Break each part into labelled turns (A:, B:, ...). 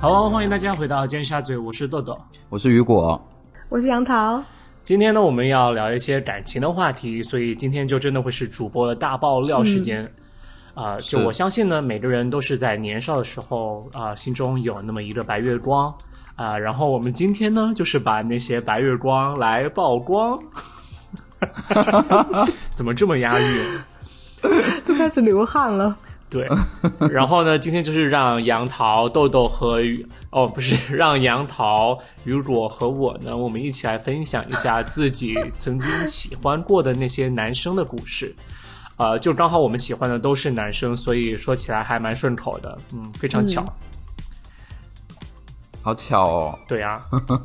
A: Hello，欢迎大家回到尖沙咀，我是豆豆。
B: 我是雨果，
C: 我是杨桃，
A: 今天呢，我们要聊一些感情的话题，所以今天就真的会是主播的大爆料时间。啊、就是我相信呢，每个人都是在年少的时候啊、心中有那么一个白月光啊、然后我们今天呢，就是把那些白月光来曝光。 怎么这么押韵？
C: 都开始流汗了。
A: 对， 然后呢，今天就是让杨桃、豆豆和雨哦，不是让杨桃、雨果和我呢，我们一起来分享一下自己曾经喜欢过的那些男生的故事。呃，就刚好我们喜欢的都是男生，所以说起来还蛮顺口的，嗯，非常巧。
B: 好巧哦。
A: 对啊，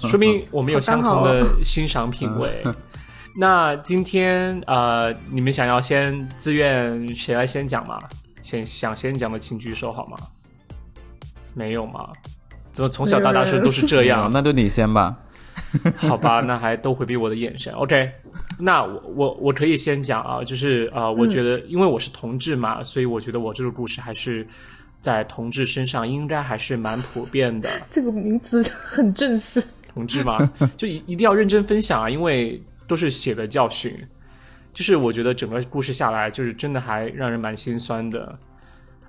A: 说明我们有相同的欣赏品味。那今天呃，你们想要先自愿谁来先讲吗？先想先讲的请举手好吗？没有吗？怎么从小到大是都是这
B: 没有
A: 样？
B: 嗯那就你先吧。
A: 好吧，那还都回避我的眼神。OK，那我我我可以先讲啊，就是呃，我觉得因为我是同志嘛，所以我觉得我这个故事还是在同志身上应该还是蛮普遍的。
C: 这个名词很正式，
A: 同志吗？就一一定要认真分享啊，因为都是血的教训。就是我觉得整个故事下来，就是真的还让人蛮心酸的。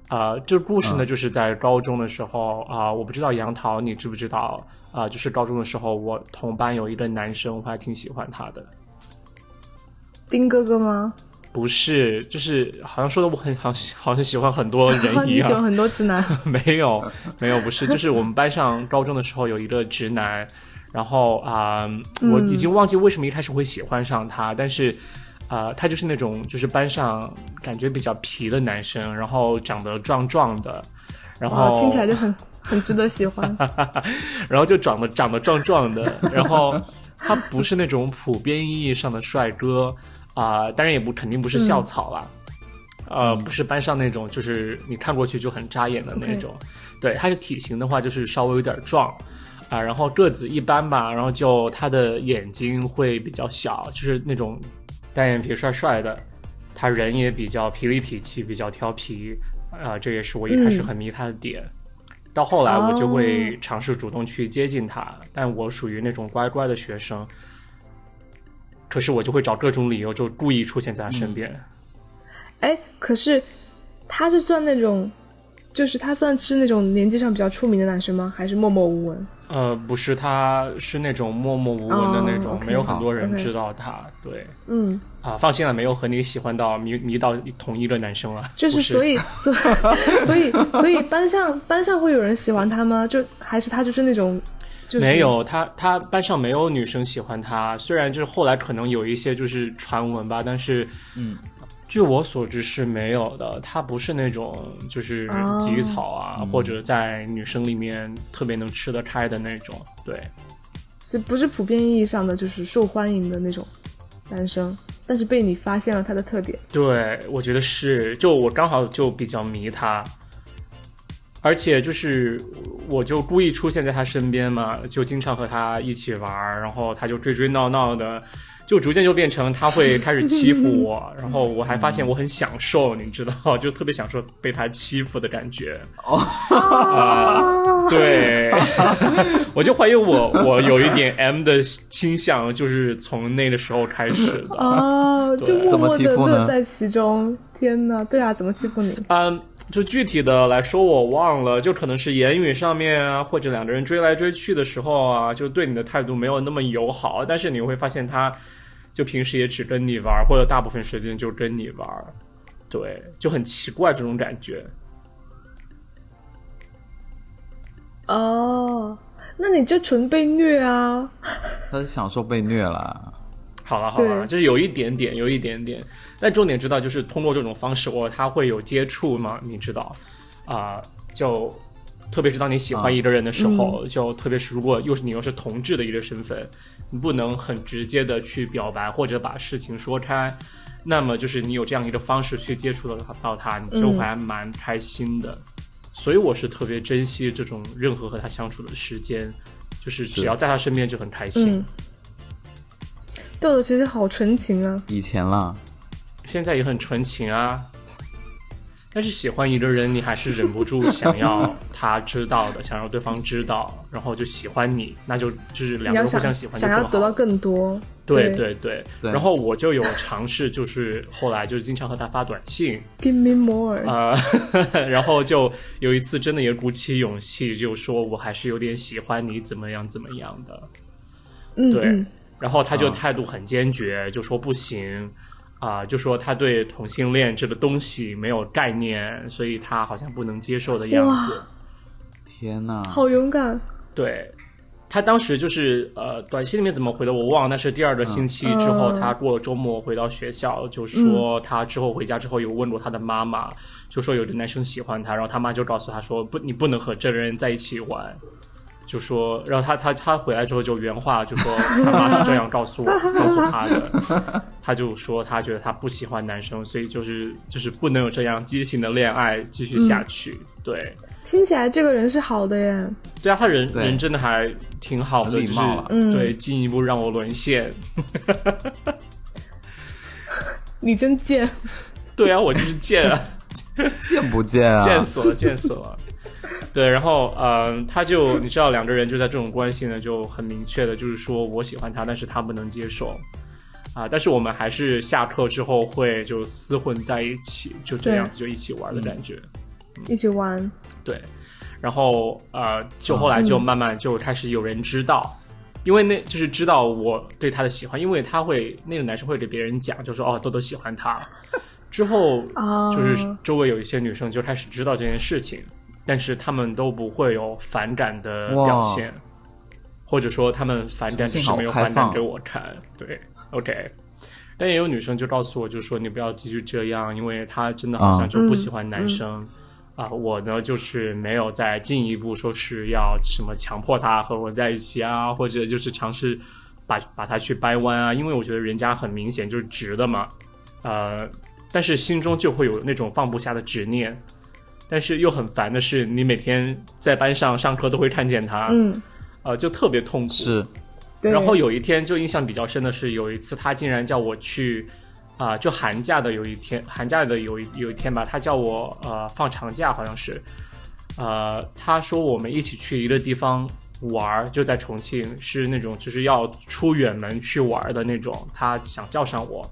A: 啊、这个故事呢，就是在高中的时候啊、我不知道杨桃你知不知道啊、就是高中的时候，我同班有一个男生，我还挺喜欢他的。
C: 丁哥哥吗？
A: 不是，就是好像说的我很好，好像喜欢很多人一
C: 你喜欢
A: 样。
C: 很多 直男，
A: 没有，没有， 不是，就是我们班上高中的时候有一个直男，然后啊、我
C: 嗯
A: 已经忘记为什么一开始会喜欢上他，但是。呃，他就是那种就是班上感觉比较皮的男生，然后长得壮壮的，然
C: 哇
A: 后，
C: 哦听起来就很很值得 喜欢。
A: 然后就长得长得壮壮的，然后他不是那种普遍意义上的帅哥啊、当然也不肯定不是校草啦，呃，不是班上那种就是你看过去就很扎眼的那种。对，他是体型的话就是稍微有点壮啊、然后个子一般吧，然后就他的眼睛会比较小，就是那种单眼皮帅帅的，他人也比较痞里痞气，比较调皮啊、这也是我一开始很迷他的点。到后来我就
C: 哦
A: 会尝试主动去接近他，但我属于那种乖乖的学生，可是我就会找各种理由就故意出现在他
C: 嗯
A: 身边。
C: 哎，可是他是算那种，就是他算是那种年纪上比较出名的男生吗？还是默默无闻？
A: 呃，不是，他是那种默默无闻的那种，
C: 哦，OK，
A: 没有很多人
C: 好，OK
A: 知道他。对
C: 嗯，
A: 啊，放心了，没有和你喜欢到迷迷到同一个男生了。
C: 就
A: 不
C: 是
A: 是
C: 所以所以 所以所以班上班上会有人喜欢他吗？就还是他就是那种，就是
A: 没有他，他班上没有女生喜欢他。虽然就是后来可能有一些就是传闻吧，但是
B: 嗯，
A: 据我所知是没有的。他不是那种就是
C: 哦
A: 极草啊，或者在女生里面特别能吃得开的那种。对，
C: 是不是普遍意义上的就是受欢迎的那种男生？但是被你发现了他的特点，
A: 对，我觉得是，就我刚好就比较迷他，而且就是我就故意出现在他身边嘛，就经常和他一起玩儿，然后他就追追闹闹的，就逐渐就变成他会开始欺负我，然后我还发现我很享受， 你知道，就特别享受被他欺负的感觉。哦，对， 我就怀疑我 我有一点 M 的倾向，就是从那个时候开始 的。
C: 哦，就
A: 对
C: 默默
B: 怎么欺
C: 的
B: 负呢
C: 乐在其中。天呐，对啊，怎么欺 负你？
A: 嗯，就具体的来说，我忘了，就可能是言语上面啊，或者两个人追来追去的时候啊，就对你的态度没有那么友好，但是你会发现他，就平时也只跟你玩儿，或者大部分时间就跟你玩儿，对，就很奇怪这种感觉。
C: 哦，那你就纯被虐啊！
B: 他是享受被虐啦。
A: 好了好了，
C: 对
A: 就是有一点点，有一点点。但重点知道，就是通过这种方式，我他会有接触嘛？你知道，啊、就特别是当你喜欢一个人的时候，就特别是如果又是你又是同志的一个身份，你不能很直接的去表白或者把事情说开，那么就是你有这样一个方式去接触到他到他，你就
C: 嗯
A: 还蛮开心的。所以我是特别珍惜这种任何和他相处的时间，就是只
B: 是
A: 要在他身边就很开心。
C: 嗯，豆豆其实好纯情啊，
B: 以前啦，
A: 现在也很纯情啊。但是喜欢一个人，你还是忍不住想要他知道的，想让对方知道，然后就喜欢你，那就就是两
C: 你
A: 个
C: 要
A: 人互
C: 想
A: 相喜欢就
C: 想要
A: 更好
C: 得到更多，
A: 对
C: 对
A: 对对
B: 对
A: 然后我就有尝试，就是后来就经常和他发短信，
C: ，Give me more，、
A: 啊， 然后就有一次真的也鼓起勇气，就说我还是有点喜欢你，怎么样怎么样的。
C: 嗯
A: 对
C: 嗯，
A: 然后他就态度很坚决，就说不行，啊、就说他对同性恋这个东西没有概念，所以他好像不能接受的样子。
B: 天呐，
C: 好勇敢，
A: 对。他当时就是呃，短信里面怎么回的我忘了，但是第二个星期之后，
C: 嗯
A: 他过了周末回到学校，就说他之后回家之后有问过他的妈妈，就说有的男生喜欢他，然后他妈就告诉他说不，你不能和这个人在一起玩，就说，然后他他他回来之后就原话就说他妈是这样告诉我告诉他的，他就说他觉得他不喜欢男生，所以就是就是不能有这样畸形的恋爱继续下去，对。
C: 听起来这个人是好的耶，
A: 对啊，他人
B: 对
A: 人真的还挺好的，
B: 很礼
A: 就是
B: 貌了啊
C: 嗯
A: 对，进一步让我沦陷。
C: 你真贱，
A: 对啊，我就是贱啊，
B: 见不见啊？
A: 贱死了，贱死了。对，然后嗯，他就你知道，两个人就在这种关系呢，就很明确的，就是说我喜欢他，但是他不能接受啊。但是我们还是下课之后会就厮混在一起，就这
C: 对
A: 样子就一起玩的感觉。
C: 一起玩，
A: 对，然后呃，就后来就慢慢就开始有人知道，因为那就是知道我对他的喜欢，因为他会那个男生会给别人讲，就说哦，豆豆喜欢他。之后
C: 啊
A: 就是周围有一些女生就开始知道这件事情，但是她们都不会有反感的表
B: 哇
A: 现，或者说她们反感只
B: 幸
A: 是
B: 好
A: 没有
B: 开
A: 反感
B: 放
A: 给我看。对，OK。但也有女生就告诉我，就说你不要继续这样，因为她真的好像
B: 嗯
A: 就不喜欢男生。啊，我呢就是没有再进一步说是要什么强迫他和我在一起啊，或者就是尝试把把他去掰弯啊，因为我觉得人家很明显就是直的嘛，呃，但是心中就会有那种放不下的执念。但是又很烦的是，你每天在班上上课都会看见他，
C: 嗯，
A: 呃，就特别痛苦。
B: 是
C: 对，
A: 然后有一天就印象比较深的是，有一次他竟然叫我去，啊、就寒假的有一天，寒假的有一有一天吧，他叫我呃放长假好像是，呃，他说我们一起去一个地方玩儿，就在重庆，是那种就是要出远门去玩儿的那种，他想叫上我，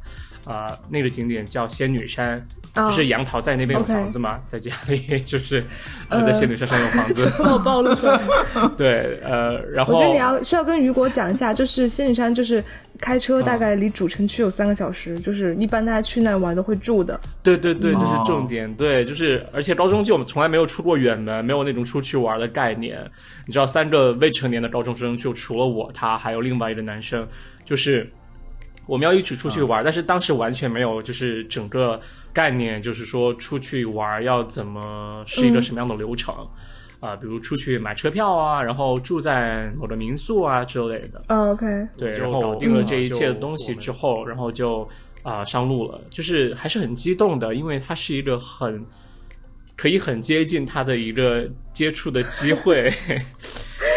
A: 呃，那个景点叫仙女山，
C: 啊，
A: 就是杨桃在那边有
C: OK
A: 房子嘛，在家里 就是呃在仙女山上有房子，
C: 我 暴露了。
A: 对，呃，然后
C: 我觉得你要需要跟雨果讲一下，就是仙女山，就是开车大概离主城区有三个小时，就是一般大家去那玩都会住的。
A: 对对对，这是
B: 哦
A: 重点。对，就是而且高中就我们从来没有出过远门，没有那种出去玩的概念。你知道，三个未成年的高中生，就除了我，他还有另外一个男生，就是我们要一起出去玩，但是当时完全没有就是整个概念，就是说出去玩要怎么是一个什么样的流程。啊、比如出去买车票啊，然后住在某个民宿啊之类的，
C: 嗯，OK，
A: 对，
D: 就
A: 然后
D: 搞
A: 定了
D: 定
A: 这
D: 了
A: 一切的
D: 就
A: 东西
D: 我们
A: 之后，然后就啊、上路了，就是还是很激动的，因为它是一个很可以很接近他的一个接触的机会，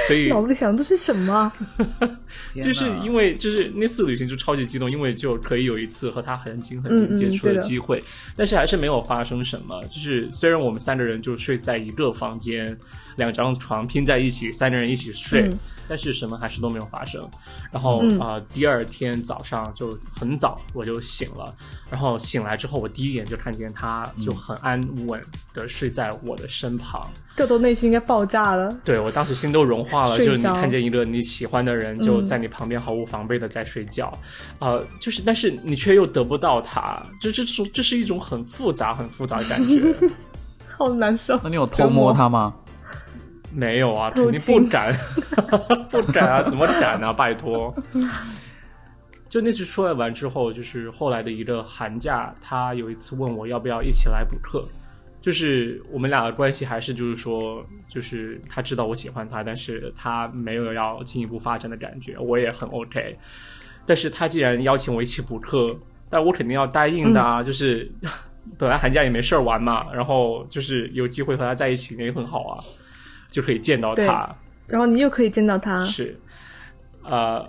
A: 所以
C: 脑子里想这是什么啊？
A: 就是因
B: 为
A: 为就是那次旅行就超级激动，因为就可以有一次和他很近很近
C: 嗯嗯
A: 接触
C: 对
A: 的
C: 的
A: 机会，但是还是没有发生什么。就是虽然我们三个人就睡在一个房间，两张床拼在一起，三个人一起睡，
C: 嗯
A: 但是什么还是都没有发生。然后啊、
C: 嗯
A: 呃第二天早上就很早我就醒了，然后醒来之后，我第一眼就看见他就很安稳的睡在我的身旁。
C: 豆豆内心应该爆炸了。
A: 对我当时心都融化了，
C: 睡
A: 就是你
C: 着嗯
A: 看见一个你喜欢的人就在你旁边毫无防备的在睡觉，啊、就是但是你却又得不到他，这这种这是一种很复杂很复杂的感觉。
C: 好难受
B: 那，你有偷摸 他吗？
A: 没有啊，肯
C: 偷
A: 定
C: 亲
A: 不敢， 不敢啊，怎么敢啊？拜托。就那次出来玩之后，就是后来的一个寒假，他有一次问我要不要一起来补课，就是我们俩的关系还是就是说，就是他知道我喜欢他，但是他没有要进一步发展的感觉，我也很 OK。但是他既然邀请我一起补课，但我肯定要答应的啊，就是本来寒假也没事儿玩嘛，然后就是有机会和他在一起也很好啊，就可以见到他，
C: 然后你又可以见到他，
A: 是，呃，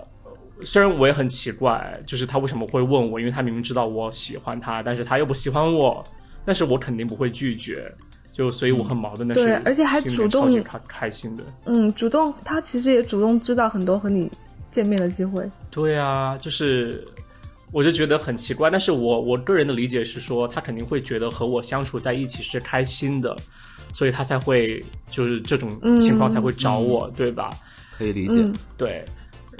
A: 虽然我也很奇怪，就是他为什么会问我，因为他明明知道我喜欢他，但是他又不喜欢我，但是我肯定不会拒绝，就所以我很矛盾的是，
C: 对而且还
A: 心里
C: 主动
A: 超级开开心的，
C: 嗯，主动，他其实也主动制造很多和你见面的机会。
A: 对啊，就是我就觉得很奇怪，但是我我个人的理解是说，他肯定会觉得和我相处在一起是开心的，所以他才会就是这种情况才会找我，对吧？
B: 可以理解。
C: 嗯，
A: 对，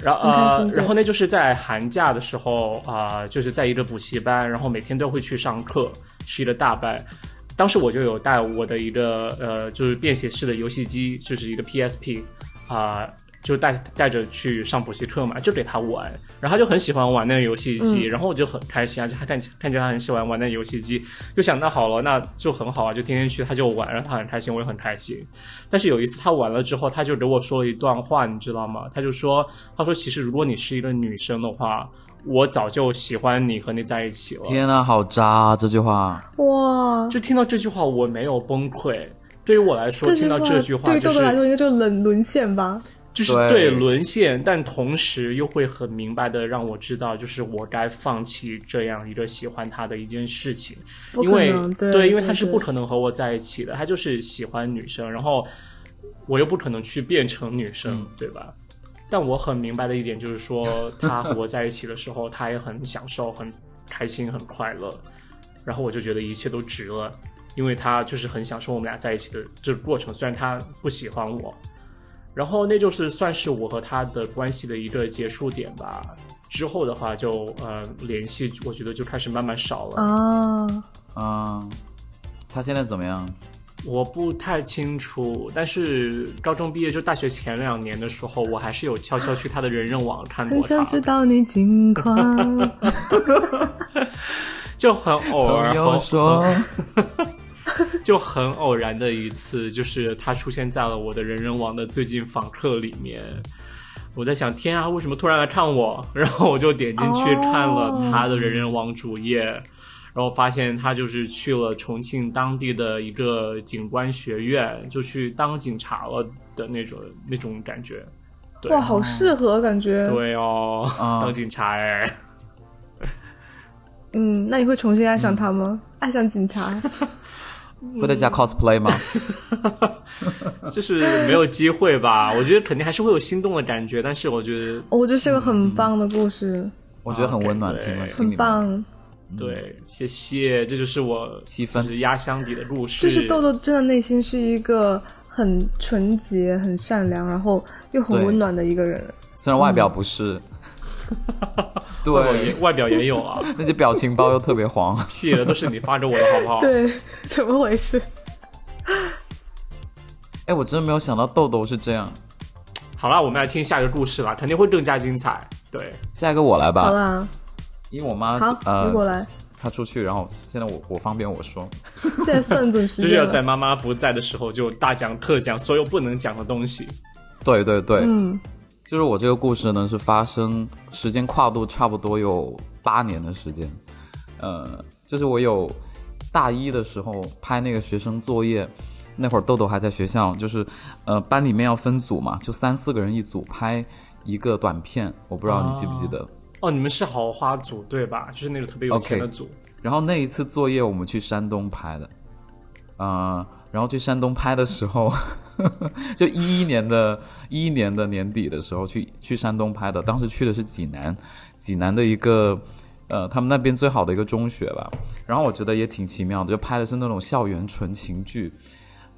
A: 然
C: 很开
A: 呃
C: 心，对
A: 然后那就是在寒假的时候啊、就是在一个补习班，然后每天都会去上课，是一个大班。当时我就有带我的一个呃，就是便携式的游戏机，就是一个 PSP 啊、就带带着去上补习课嘛，就给他玩，然后他就很喜欢玩那个游戏机，然后我就很开心啊，就他看看见他很喜欢玩那个游戏机，就想那好了，那就很好啊，就天天去他就玩，然后他很开心，我也很开心。但是有一次他玩了之后，他就给我说了一段话，你知道吗？他就说，他说其实如果你是一个女生的话，我早就喜欢你和你在一起了。
B: 天呐，好渣、这句话，
C: 哇，
A: 就听到这句话，我没有崩溃。对于我来说，听到这句话
C: 对于
A: 就
C: 豆豆来说
A: 是
C: 应该就是冷沦陷吧？
A: 就是
B: 对
A: 对沦陷，但同时又会很明白的让我知道，就是我该放弃这样一个喜欢他的一件事情。
C: 不
A: 因
C: 可
A: 为
C: 能，
A: 对，
C: 对，
A: 因为他是不
C: 对
A: 可能和我在一起的，他就是喜欢女生，然后我又不可能去变成女生，对吧？但我很明白的一点就是说，他和我在一起的时候，他也很享受、很开心、很快乐，然后我就觉得一切都值了，因为他就是很享受我们俩在一起的这个过程，虽然他不喜欢我，然后那就是算是我和他的关系的一个结束点吧。之后的话就呃联系，我觉得就开始慢慢少了。
C: 啊，
B: 嗯，他现在怎么样？
A: 我不太清楚，但是高中毕业就大学前两年的时候，我还是有悄悄去他的人人网看过
C: 很
A: 他
C: 想，知道你 近况。
A: 就很偶尔，
B: 朋友 说，
A: 就很偶然的一次，就是他出现在了我的人人网的最近访客里面。我在想，天啊，为什么突然来看我？然后我就点进去看了他的人人网主页，然后发现他就是去了重庆当地的一个警官学院，就去当警察了的那种那种感觉。对啊
C: 哇，好适合感觉。
A: 对哦，
B: 啊
A: 当警察哎，
C: 嗯，那你会重新爱上他吗？
B: 嗯
C: 爱上警察？
B: 会在家 cosplay 吗？
A: 嗯就是没有机会吧？我觉得肯定还是会有心动的感觉，但是我觉得
C: 哦我觉得是个很棒的故事，
B: 我觉得很温 暖，
A: 对
B: 听了嗯心
C: 很
B: 里面。
C: 棒。
A: 对，谢谢，这就是我
B: 七分
A: 就是压箱底的故事，
C: 就是豆豆真的内心是一个很纯洁、很善良，然后又很
B: 对
C: 温暖的一个人。
B: 虽然外表不是，
A: 嗯外表也
B: 对，
A: 外表也有 啊，
B: 那些表情包又特 别黄。
A: 屁的都是你发给我的好不好？
C: 对，怎么 回事？
B: 哎，我真的没有想到豆豆是这样。
A: 好啦，我们来听下一个故事啦，肯定会更加精彩。对，
B: 下一个我来
C: 好
B: 吧，
C: 啊啦，
B: 因为我妈
C: 好
B: 呃
C: 你过来，
B: 她出去，然后现在我我方便我说，
C: 现在算准时
A: 就是
C: 间
A: 要
C: 了。
A: 在妈妈不在的时候就大讲特讲所有不能讲的东西。
B: 对对对，
C: 嗯，
B: 就是我这个故事呢，是发生时间跨度差不多有八年的时间，呃，就是我有大一的时候拍那个学生作业，那会儿豆豆还在学校，就是呃班里面要分组嘛，就三四个人一组拍一个短片，我不知道你记不记得。
A: 哦，你们是豪华组对吧？就是那个特别有钱的
B: OK
A: 组。
B: 然后那一次作业我们去山东拍的，呃，然后去山东拍的时候， 就一一年的一一年的年底的时候去去山东拍的，当时去的是济南，济南的一个。呃，他们那边最好的一个中学吧，然后我觉得也挺奇妙的，就拍的是那种校园纯情剧，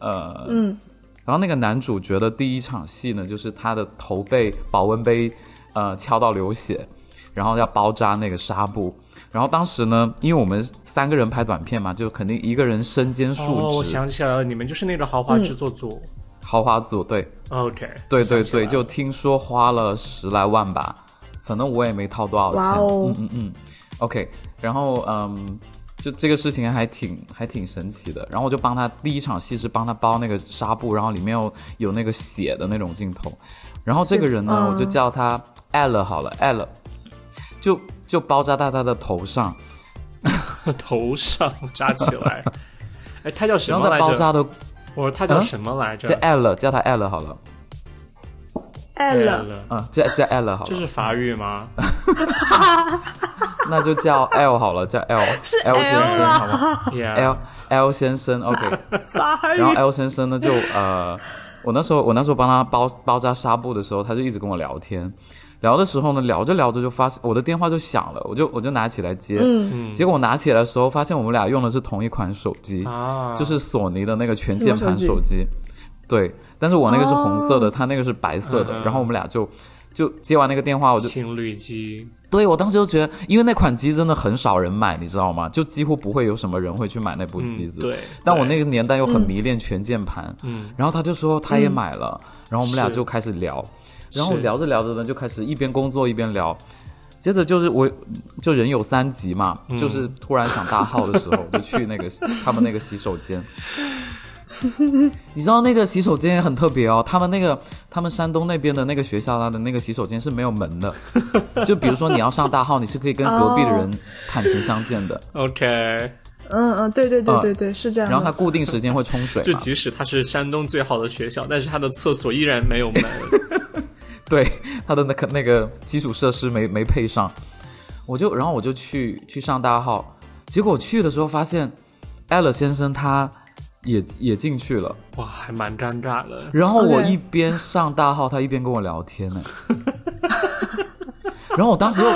B: 呃，
C: 嗯，
B: 然后那个男主角的第一场戏呢，就是他的头被保温杯呃敲到流血，然后要包扎那个纱布。然后当时呢，因为我们三个人拍短片嘛，就肯定一个人身兼
A: 哦，
B: 数
A: 我
B: 职，
A: 想起来了，你们就是那个豪
C: 嗯
A: 华制作组。
B: 豪华组对，
A: OK，
B: 对
A: 想
B: 对
A: 起来
B: 对，
A: 了
B: 就听说花了十来万吧，反正我也没掏多少钱。
C: 哇哦
B: 嗯嗯嗯，OK，然后嗯，就这个事情还挺还挺神奇的。然后我就帮他第一场戏是帮他包那个纱布，然后里面有有那个血的那种镜头。然后这个人呢，
C: 嗯
B: 我就叫他艾了好了，艾了，就就包扎在他的头上，
A: 头上扎起 来。哎，他叫什
B: 然后
A: 么
B: 在
A: 来
B: 包
A: 着？
B: 扎的
A: 我说他叫
B: 嗯
A: 什么来
B: 叫
A: 着？
B: 艾了，叫他艾了好了。
C: L
B: 啊，叫叫 L 好
A: 这
B: 了，
A: 是法语吗？
B: 那就叫 L 好了，叫 L
C: 是
B: L 先
C: L
B: 生
C: 啊
B: 好吗
A: Yeah，
B: ？L L 先生，OK。
C: 法语
B: 然后 L 先生呢，就呃，我那时候我那时候帮他包包扎纱布的时候，他就一直跟我聊天，聊的时候呢，聊着聊着就发现我的电话就响了，我就我就拿起来接，嗯，结果我拿起来的时候，发现我们俩用的是同一款手机，
A: 啊，
B: 就是索尼的那个全键盘
C: 什么
B: 手
C: 手
B: 机，哦对，但是我那个是红色的，他那个是白色的
A: 嗯，哼
B: 然后我们俩就就接完那个电话，我就
A: 情侣机，
B: 对我当时就觉得，因为那款机真的很少人买，你知道吗？就几乎不会有什么人会去买那部机
A: 嗯，
B: 子，
A: 对。
B: 但我那
A: 个，
B: 个年代又很迷恋全键盘，
A: 嗯，
B: 然后他就说他也买了，然后我们俩
A: 是
B: 就开始聊，然后
A: 是
B: 聊着聊着呢，就开始一边工作一边聊，接着就是我就人有三急嘛，
A: 嗯
B: 就是突然想大号的时候，我就去那个他们那个洗手间。你知道那个洗手间也很特别哦，他们那个他们山东那边的那个学校，啊它的那个洗手间是没有 门的，就比如说你要上大号，你是可以跟隔壁的人
A: 哦
B: 坦诚相见的，
A: OK，
C: 嗯嗯，对对对
B: 啊
C: 对对，是这样
B: 然后它
C: 的。
B: 固定时间会冲水
A: 嗯就
B: 嘛，
A: 即使它是山东最好的学校，但是它的厕所依然没有 门。
B: 对，他的那个那个基础设施没没配上，我就然后我就去去上大号，结果去的时候发现，艾勒先生他也也进去了，
A: 哇，还蛮尴尬的。
B: 然后我
C: OK
B: 一边上大号，他一边跟我聊天呢，然后我当时又，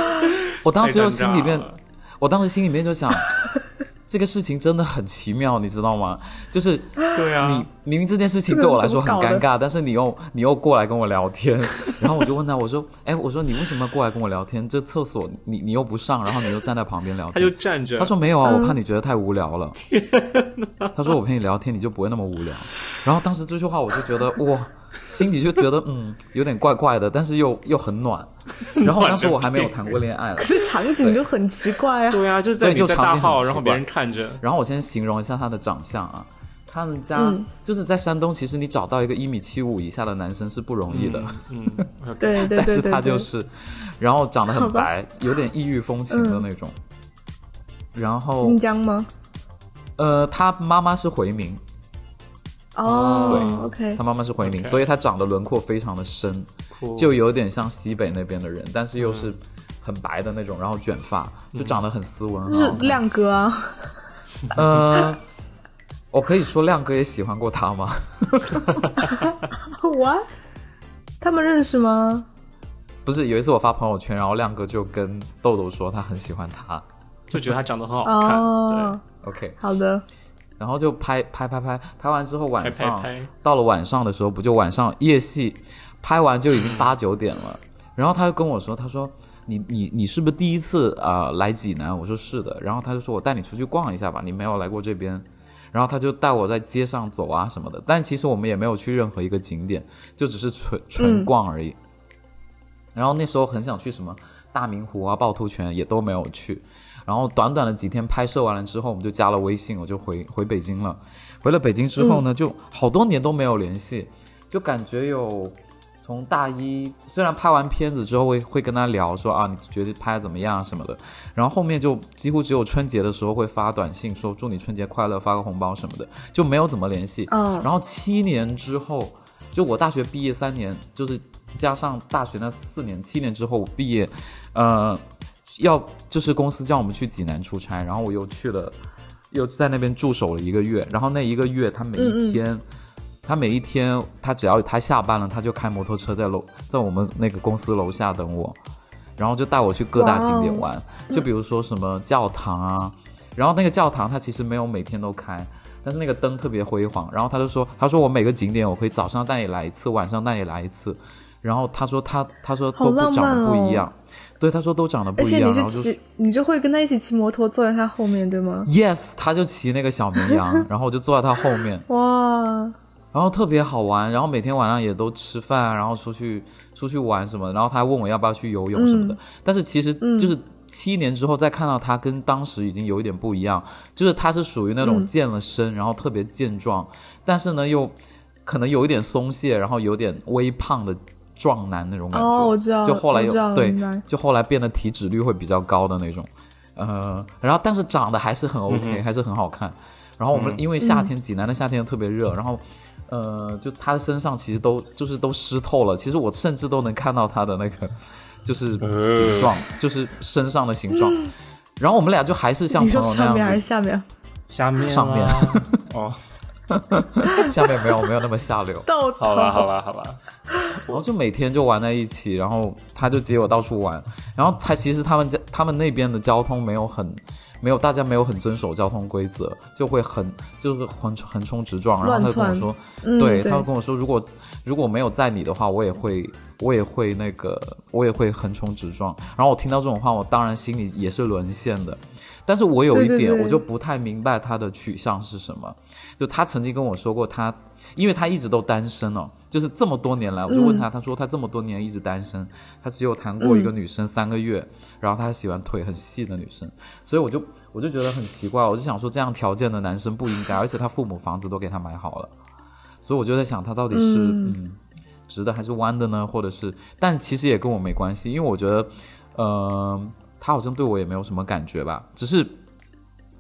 B: 我当时又
A: 太尴尬
B: 心里面
A: 了
B: 我当时心里面就想， 这个事情真的很奇妙，你知道吗？就是
A: 对啊，
B: 你明明这件事情对我来说很
C: 这个
B: 尴
C: 人怎
B: 尬，但是你又你又过来跟我聊天，然后我就问他，我说， 哎，我说你为什么要过来跟我聊天？这厕所你你又不上，然后你又站在旁边聊
A: 他就
B: 天。
A: 站着。
B: 他说没有啊，
C: 嗯
B: 我怕你觉得太无聊了。他说我陪你聊天，你就不会那么无聊。然后当时这句话我就觉得哇，心里就觉得嗯有点怪怪的，但是又又很暖。然后当时我还没有谈过恋爱了
C: 可，是场景都很奇怪啊。
A: 对啊，就在
B: 对
A: 你
B: 就
A: 在
B: 场景
A: 大
B: 很
A: 号，
B: 奇
A: 然后
B: 怪
A: 别人看着。
B: 然后我先形容一下他的长相啊，他们家、
C: 嗯
B: 就是在山东，其实你找到一个一米七五以下的男生是不容易的，
A: 嗯，嗯
C: 对对对
B: 但
C: 对
B: 是
C: 对，
B: 他就是，然后长得很白，有点异域风情的那种。
C: 嗯
B: 然后
C: 新疆吗？
B: 呃，他妈妈是回民，
C: 哦，OK，
B: 他妈妈是回民，
A: OK
B: 所以他长得轮廓非常的深，
A: 酷
B: 就有点像西北那边的人，但是又是很白的那种，然后卷发，就长得很斯文，
C: 就
B: 很好看
C: 是亮哥啊，
B: 呃，我可以说亮哥也喜欢过他吗？
C: 我他们认识吗？
B: 不是有一次我发朋友圈，然后亮哥就跟豆豆说他很喜欢他
A: 就觉得他长得很好看。
C: 哦，
B: ，OK，
C: 好的，
B: 然后就拍拍拍拍拍完之后晚上
A: 拍拍拍
B: 到了晚上的时候，不就晚上夜戏拍完就已经八九点了，然后他就跟我说，他说你你你是不是第一次啊、呃来济南？我说是的，然后他就说我带你出去逛一下吧，你没有来过这边。然后他就带我在街上走啊什么的，但其实我们也没有去任何一个景点，就只是纯纯
C: 嗯
B: 逛而已。然后那时候很想去什么大明湖啊、趵突泉也都没有去。然后短短的几天拍摄完了之后，我们就加了微信，我就回回北京了。回了北京之后呢，就好多年都没有联系，就感觉有从大一，虽然拍完片子之后会会跟他聊说啊，你觉得拍得怎么样啊什么的，然后后面就几乎只有春节的时候会发短信说祝你春节快乐，发个红包什么的，就没有怎么联系。
C: 嗯
B: 然后七年之后，就我大学毕业三年，就是加上大学那四年，七年之后我毕业，呃，要就是公司叫我们去济南出差，然后我又去了，又在那边驻守了一个月，然后那一个月他每
C: 嗯
B: 一天。他每一天，他只要他下班了，他就开摩托车在楼，在我们那个公司楼下等我，然后就带我去各大景点玩，
C: 哦
B: 就比如说什么教堂啊，然后那个教堂它其实没有每天都开，但是那个灯特别辉煌，然后他就说，他说我每个景点我可以早上带你来一次，晚上带你来一次，然后他说他他说
C: 好
B: 都不
C: 浪
B: 长得
C: 漫
B: 不
C: 哦
B: 一样，对，他说都长得不
C: 而
B: 一
C: 且
B: 样，然
C: 你是
B: 后就
C: 骑，你就会跟他一起骑摩托坐在他后面，对吗？
B: yes，他就骑那个小绵 羊，然后我就坐在他后面，
C: 哇，
B: 然后特别好玩，然后每天晚上也都吃饭，然后出去出去玩什么的，然后他还问我要不要去游泳什么
C: 嗯
B: 的。但是其实就是七年之后再看到他，跟当时已经有一点不一样，就是他是属于那
C: 嗯
B: 种健了身，然后特别健壮，但是呢又可能有一点松懈，然后有点微胖的壮男那种感觉。
C: 哦我知道
B: 就后来
C: 我知道
B: 有对
C: 明白，
B: 就后来变得体脂率会比较高的那种。呃，然后但是长得还是很 OK，、还是很好看。然后我们
A: 嗯
B: 因为夏天，济南的夏天特别热，然后呃，就他的身上其实都就是都湿透了，其实我甚至都能看到他的那个 就是形状，就是身上的形状。然后我们俩就还是像
C: 你
B: 朋
C: 说
B: 友那
C: 上面还
B: 样
C: 是
B: 子，
C: 下面？
A: 下面啊
B: 上面
A: 哦，
B: 下面没有没有那么下流。
C: 到
A: 好吧，好吧，好吧，
B: 然后就每天就玩在一起，然后他就接我到处玩，然后他其实他们家他们那边的交通没有很，没有大家没有很遵守交通规则，就会很就是横横冲直撞，然后他就跟我说，
C: 嗯，
B: 对，
C: 对，
B: 他就跟我说，如果如果没有载你的话，我也会我也会那个我也会横冲直撞。然后我听到这种话，我当然心里也是沦陷的，但是我有一
C: 对对
B: 点
C: 对
B: 我就不太明白他的取向是什么。就他曾经跟我说过他，因为他一直都单身哦，就是这么多年来，我就问他，
C: 嗯
B: 他说他这么多年一直单身，他只有谈过一个女生三个月，然后他喜欢腿很细的女生，所以我就我就觉得很奇怪，我就想说这样条件的男生不应该，而且他父母房子都给他买好了，所以我就在想他到底是嗯
C: 嗯
B: 直的还是弯的呢，或者是，但其实也跟我没关系，因为我觉得，呃，他好像对我也没有什么感觉吧，只是。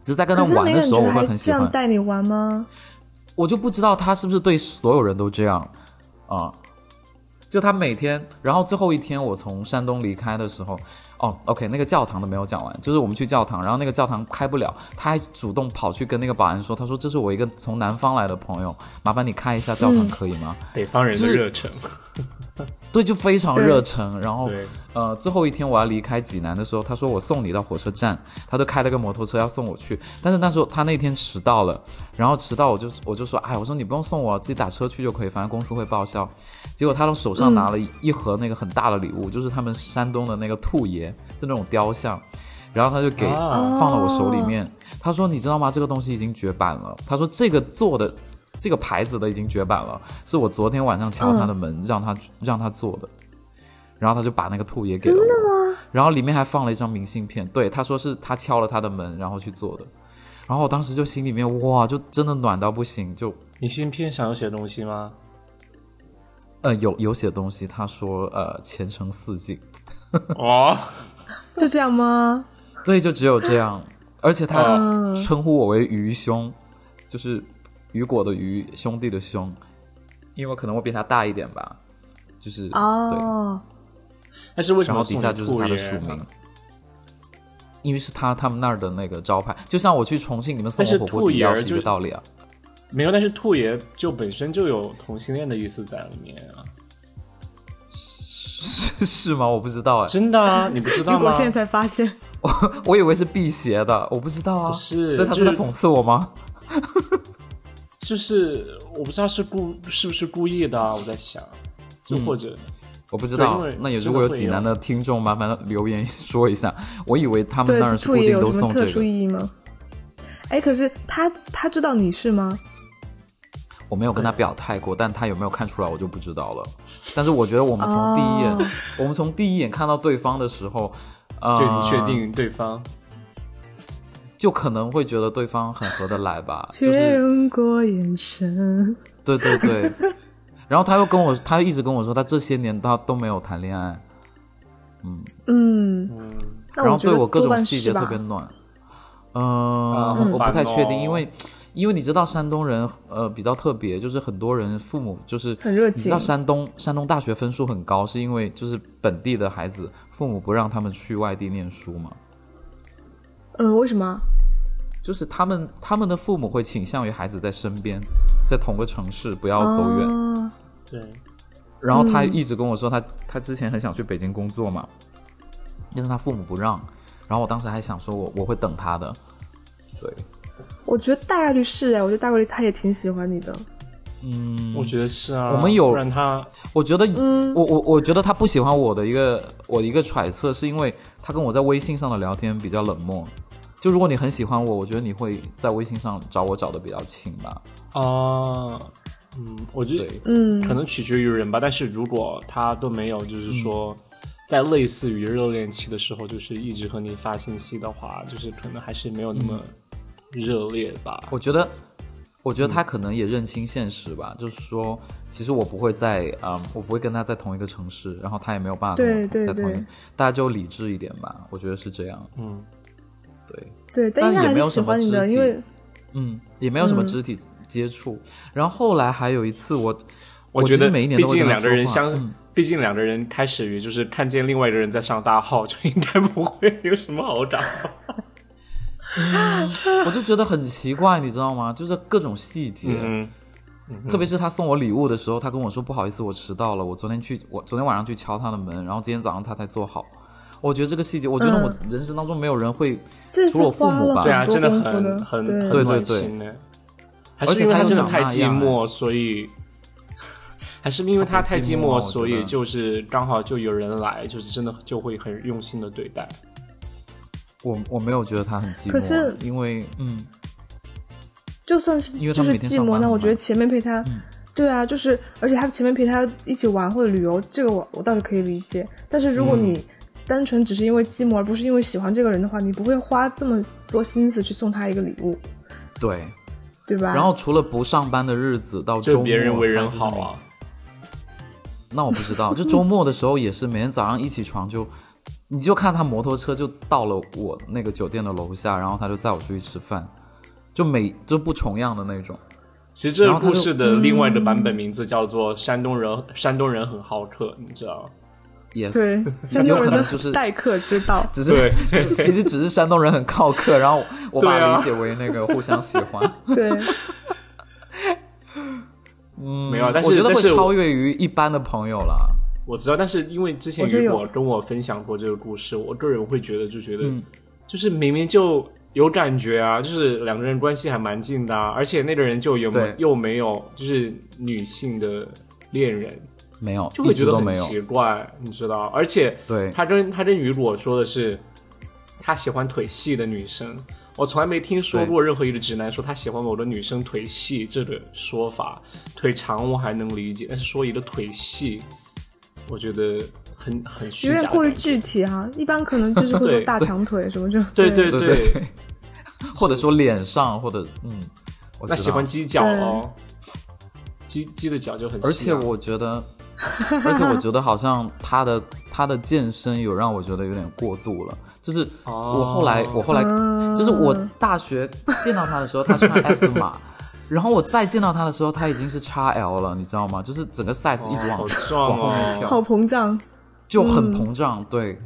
B: 只是在跟他
C: 可是
B: 玩
C: 没
B: 的
C: 感
B: 时候，
C: 觉
B: 我会
C: 还
B: 很喜
C: 这
B: 欢
C: 样。带你玩吗？
B: 我就不知道他是不是对所有人都这样啊。就他每天，然后最后一天我从山东离开的时候，哦，OK，那个教堂的没有讲完，就是我们去教堂，然后那个教堂开不了，他还主动跑去跟那个保安说，他说这是我一个从南方来的朋友，麻烦你开一下教堂可以吗？
A: 北方人的
B: 就是
A: 热忱，
B: 对，就非常
C: 对
B: 热忱，然后
A: 对，
B: 呃，最后一天我要离开济南的时候，他说我送你到火车站，他就开了个摩托车要送我去。但是那时候他那天迟到了，然后迟到我就我就说，哎，我说你不用送我，自己打车去就可以，反正公司会报销。结果他从手上拿了一一盒那个很大的礼物，就是他们山东的那个兔爷，就那种雕像，然后他就给
A: 啊
B: 放到我手里面。他说：“你知道吗？这个东西已经绝版了。”他说：“这个做的，这个牌子的已经绝版了，是我昨天晚上敲他的门，让他让他做的。”然后他就把那个兔也给了我，然后里面还放了一张明信片。对，他说是他敲了他的门，然后去做的。然后我当时就心里面哇，就真的暖到不行，就
A: 明信片上有写东西 吗？
B: 呃有有写东西，他说呃前程似锦，
A: 哦，
C: 就这样吗？
B: 对，就只有这样。而且他
C: 嗯
B: 称呼我为鱼兄，就是雨果的鱼，兄弟的兄，因为可能我比他大一点吧，就是对。
C: 哦，
A: 但是为什
B: 然
A: 么
B: 后底
A: 送
B: 下
A: 你
B: 就是
A: 兔
B: 他的
A: 爷
B: 署？名，因为是他他们那儿的那个招牌，就像我去重庆，你们送
A: 但是
B: 我火锅
A: 兔
B: 底
A: 爷
B: 料
A: 儿
B: 是一
A: 就
B: 个道理啊。
A: 没有，但是兔爷就本身就有同性恋的意思在里面啊，
B: 是是吗？我不知道哎，
A: 真的啊，你不知
C: 如
A: 道
C: 果
A: 吗？
C: 现在才发现，
B: 我以为是辟邪的，我不知道啊。
A: 不是
B: 所以他
A: 就是
B: 在讽刺我吗？
A: 就是我不知道是故是不是故意的、啊，我在想，就或者、
B: 我不知
A: 对
B: 道
A: 因为。
B: 那也
A: 真
B: 如
A: 的
B: 果有
A: 会
B: 济
A: 有
B: 南的听众，麻烦留言 说一下。我以为他们
C: 对
B: 那儿是
C: 兔
B: 固定
C: 爷有
B: 都
C: 什么
B: 送
C: 特
B: 这
C: 殊
B: 个，
C: 意义吗？哎，可是他他知道你是吗？
B: 我没有跟他表态过，但他有没有看出来我就不知道了。但是我觉得我们从第一眼，
C: 哦
B: 我们从第一眼看到对方的时候，呃，
A: 就你确定对方、
B: 就可能会觉得对方很合得来 吧，就
C: 确
B: 是
C: 认过眼神，
B: 对对 对。然后他又跟我，他一直跟我说，他这些年他都没有谈恋爱，
C: 嗯，
A: 嗯，
C: 那
B: 然后
C: 觉
B: 对
C: 得
B: 我各
C: 多
B: 种
C: 半
B: 细节
C: 是吧
B: 特别暖。
A: 啊
B: 嗯
A: 好，
B: 我
A: 烦
B: 不太确定，
A: 哦
B: 因为因为你知道山东人呃比较特别，就是很多人父母就是
C: 很热
B: 你知道
C: 情
B: 山东山东大学分数很高，是因为就是本地的孩子父母不让他们去外地念书嘛，
C: 嗯，为什么？
B: 就是他们他们的父母会倾向于孩子在身边，在同个城市不要走远。
C: 哦
A: 对，
B: 然后他一直跟我说他他之前很想去北京工作嘛，但是他父母不让。然后我当时还想说我我会等他的，对，
C: 我觉得大概率是哎，我觉得大概率他也挺喜欢你的。
B: 嗯，
A: 我觉得是啊，
B: 我们有
A: 不然他
B: 我觉得，
C: 嗯
B: 我我我觉得他不喜欢我的一个我的一个揣测，是因为他跟我在微信上的聊天比较冷漠。就如果你很喜欢我，我觉得你会在微信上找我找的比较勤吧。
A: 啊、嗯，我觉得
B: 对，
C: 嗯，
A: 可能取决于人吧，但是如果他都没有，就是说。在类似于热恋期的时候，就是一直和你发信息的话，就是可能还是没有那么热烈吧。
B: 我觉得，我
C: 嗯
B: 觉得他可能也认清现实吧，就是说，其实我不会在啊、嗯我不会跟他在同一个城市，然后他也没有办法跟我
C: 对对
B: 在同一个
C: 对，
B: 大家就理智一点吧，我觉得是这样。
A: 嗯，
B: 对，
C: 对，但
B: 但
C: 应该
B: 也
C: 还
B: 没
C: 是
B: 有
C: 喜
B: 什么
C: 欢你的，
B: 肢体
C: 因为
A: 嗯，
B: 也没有什么肢体接触。然后后来还有一次我，我
A: 觉
B: 其
A: 得
B: 实每一年
A: 毕
B: 都会
A: 竟
B: 跟他
A: 两个人
B: 说话嗯
A: 相，毕竟两个人开始于就是看见另外一个人在上大号， 就应该不会有什么好讲。
B: 嗯 我就觉得很奇怪，你知道吗？就是各种细节，
A: 嗯，
B: 特别是他送我礼物的时候，他跟我说不好意思，我迟到了，我昨天去，我昨天晚上去敲他的门，然后今天早上他才做好。我觉得这个细节，我觉得
C: 嗯
B: 我人生当中没有人会，
C: 这是
B: 除了我父
C: 花
B: 母
C: 了
B: 吧
A: 对啊，
C: 很多
A: 真
C: 功夫
A: 很
C: 的，
A: 很
C: 对
A: 很
B: 对
A: 暖
B: 对
A: 心呢。还
B: 而
A: 是
B: 且
A: 因为
B: 他又
A: 真的
B: 长
A: 太
B: 那
A: 寂
B: 样哎
A: 寞，所以 还是因为
B: 他
A: 他
B: 不
A: 太
B: 寂
A: 寂
B: 寞我
A: 寞，
B: 觉
A: 所以
B: 得
A: 就是刚好就有人来，就是真的就会很用心的对待。
B: 我我没有觉得他很寂寞，啊
C: 可是
B: 因为嗯，
C: 就算是
B: 因为他
C: 就
B: 每
C: 是
B: 天
C: 寂
B: 上
C: 寞，
B: 班嗯
C: 那
B: 很
C: 我觉得
B: 忙
C: 前面陪他，对啊，就是而且他前面陪他一起玩或者旅游，这个我我倒是可以理解。但是如果
B: 嗯
C: 你单纯只是因为寂寞，而不是因为喜欢这个人的话，你不会花这么多心思去送他一个礼物，
B: 对。
C: 对吧？
B: 然后除了不上班的日子到周
A: 就
B: 末，
A: 别人为人
B: 他就是
A: 好
B: 每
A: 啊，
B: 那我不知道，就周末的时候也是，每天早上一起床就，你就看他摩托车就到了我那个酒店的楼下，然后他就载我出去吃饭，就每就不重样的那种。
A: 其实这
B: 然
A: 个
B: 后他就嗯
A: 故事的另外的版本名字叫做《山东人》，山东人很好客，你知道吗？
B: Yes，
C: 对，山
B: 有
C: 东
B: 可
C: 人
B: 能就是
C: 的待客之 道，
B: 只
A: 对
B: 是其实只是山东人很靠客，然后我
A: 对啊
B: 把理解为那个互相喜 欢。
C: 对，
B: 嗯，
A: 没有啊但是
B: 我觉得
A: 但
B: 会
A: 是
B: 超越于一般的朋友了。
A: 我知道，但是因为之前
C: 我觉得
A: 雨
C: 有
A: 果跟我分享过这个故事，我个人会觉得就觉得，
B: 嗯
A: 就是明明就有感觉啊，就是两个人关系还蛮近的、啊，而且那个人就有没
B: 对
A: 又没有就是女性的恋人，
B: 没有，
A: 就会
B: 一直
A: 觉得
B: 都
A: 很
B: 没有。
A: 奇怪，你知道？而且
B: 对，
A: 他跟他跟雨果说的是，他喜欢腿细的女生。我从来没听说过任何一个直男说他喜欢某个女生腿细这个说法，腿长我还能理解，但是说一个腿细，我觉得很很虚
C: 有点
A: 假的
C: 过于
A: 感觉。
C: 具体哈、一般可能就是会
A: 对
C: 说大长腿什么就
A: 对
C: 对
A: 对
B: 对对对，或者说脸上，或者嗯，我
A: 那
B: 知
A: 喜
B: 道
A: 欢鸡脚
C: 嗯
A: 哦，鸡鸡的脚就很细啊、
B: 而且我觉得，而且我觉得好像他的他的健身有让我觉得有点过度了。就是
A: 哦
B: 我后来、我后来、
C: 嗯
B: 就是我大学见到他的时候，他穿 S 码，然后我再见到他的时候，他已经是 XL 了，你知道吗？就是整个 size 一直
A: 哦
B: 往、
A: 好壮
B: 往后面
A: 哦
B: 跳，
C: 好膨胀，
B: 就很膨胀。对，